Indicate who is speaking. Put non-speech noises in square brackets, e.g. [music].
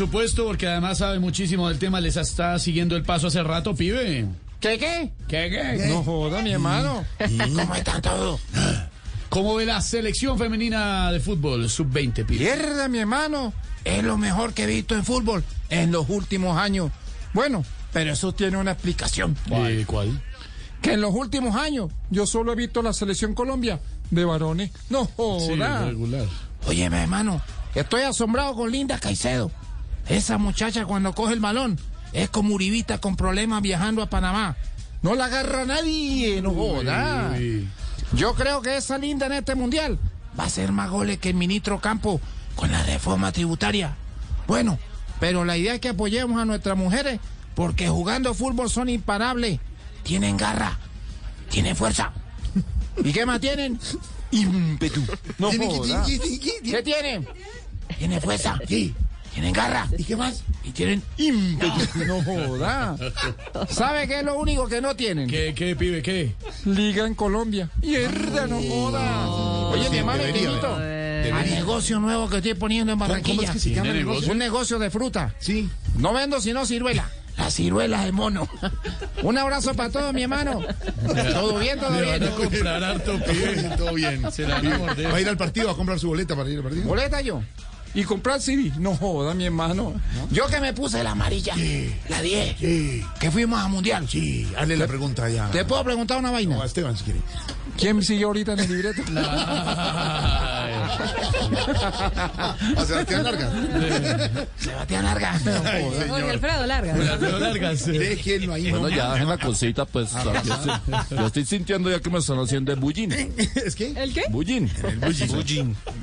Speaker 1: Por supuesto, porque además sabe muchísimo del tema. Les está siguiendo el paso hace rato, pibe.
Speaker 2: ¿Qué qué?
Speaker 1: ¿Qué, qué? Mm.
Speaker 2: No joda, mi hermano. ¿Cómo está todo?
Speaker 1: ¿Cómo ve la selección femenina de fútbol sub-20, pibe?
Speaker 2: Mierda, mi hermano. Es lo mejor que he visto en fútbol en los últimos años. Bueno, pero eso tiene una explicación.
Speaker 1: Eh, ¿Cuál?
Speaker 2: Que en los últimos años yo solo he visto la selección Colombia de varones. No
Speaker 1: Sí,
Speaker 2: joda.
Speaker 1: regular.
Speaker 2: Oye, mi hermano, estoy asombrado con Linda Caicedo. Esa muchacha cuando coge el balón es como Uribita con problemas viajando a Panamá. No la agarra nadie, no joda.
Speaker 1: Uy.
Speaker 2: Yo creo que esa linda en este mundial va a ser más goles que el ministro Campo con la reforma tributaria. Bueno, pero la idea es que apoyemos a nuestras mujeres porque jugando fútbol son imparables. Tienen garra, tienen fuerza. ¿Y qué más tienen? [laughs] Ímpetu. No joda. ¿Qué tienen? Tienen fuerza. Sí. Tienen garra. ¿Y qué más? Y tienen ímpetu. No joda. ¿Sabe qué es lo único que no tienen?
Speaker 1: ¿Qué, qué, pibe, qué?
Speaker 2: Liga en Colombia. Mierda, no joda. Oye, mi hermano
Speaker 1: debería,
Speaker 2: Infinito,
Speaker 1: debería.
Speaker 2: al negocio nuevo que estoy poniendo en Barranquilla.
Speaker 1: cómo es que se llama el ¿Tiene negocio?
Speaker 2: Un negocio de fruta.
Speaker 1: Sí.
Speaker 2: No vendo sino ciruela. La ciruela de [laughs] mono. Un abrazo para todos, mi hermano. Todo bien, todo
Speaker 1: Le van
Speaker 2: bien.
Speaker 1: a comprar harto, pibe. Todo bien. Se la van a morder.
Speaker 3: Va a ir al partido a comprar su boleta para ir al partido.
Speaker 2: Boleta yo. Y comprar CD. No joda, mi hermano. Yo que me puse la amarilla. La 10.
Speaker 3: Sí,
Speaker 2: Que fuimos a mundial.
Speaker 3: sí, hazle la pregunta ya.
Speaker 2: ¿Te puedo preguntar una
Speaker 3: No, a
Speaker 2: vaina?
Speaker 3: Esteban si [laughs] quiere.
Speaker 2: ¿Quién sigue ahorita en el libreto? [laughs]
Speaker 1: Ay.
Speaker 3: A Sebastián Larga.
Speaker 2: Sebastián Larga.
Speaker 3: [laughs]
Speaker 4: Jorge Alfredo, larga.
Speaker 1: Pero largas.
Speaker 3: Es que no hay
Speaker 5: Bueno,
Speaker 3: nomás.
Speaker 5: ya dejen la cosita, pues.
Speaker 2: Ah,
Speaker 5: o sea, yo, estoy, yo estoy sintiendo ya que me están haciendo el bullín.
Speaker 3: [laughs] ¿Es que?
Speaker 4: ¿El qué?
Speaker 2: [laughs]
Speaker 5: Bullín.
Speaker 3: Bullín.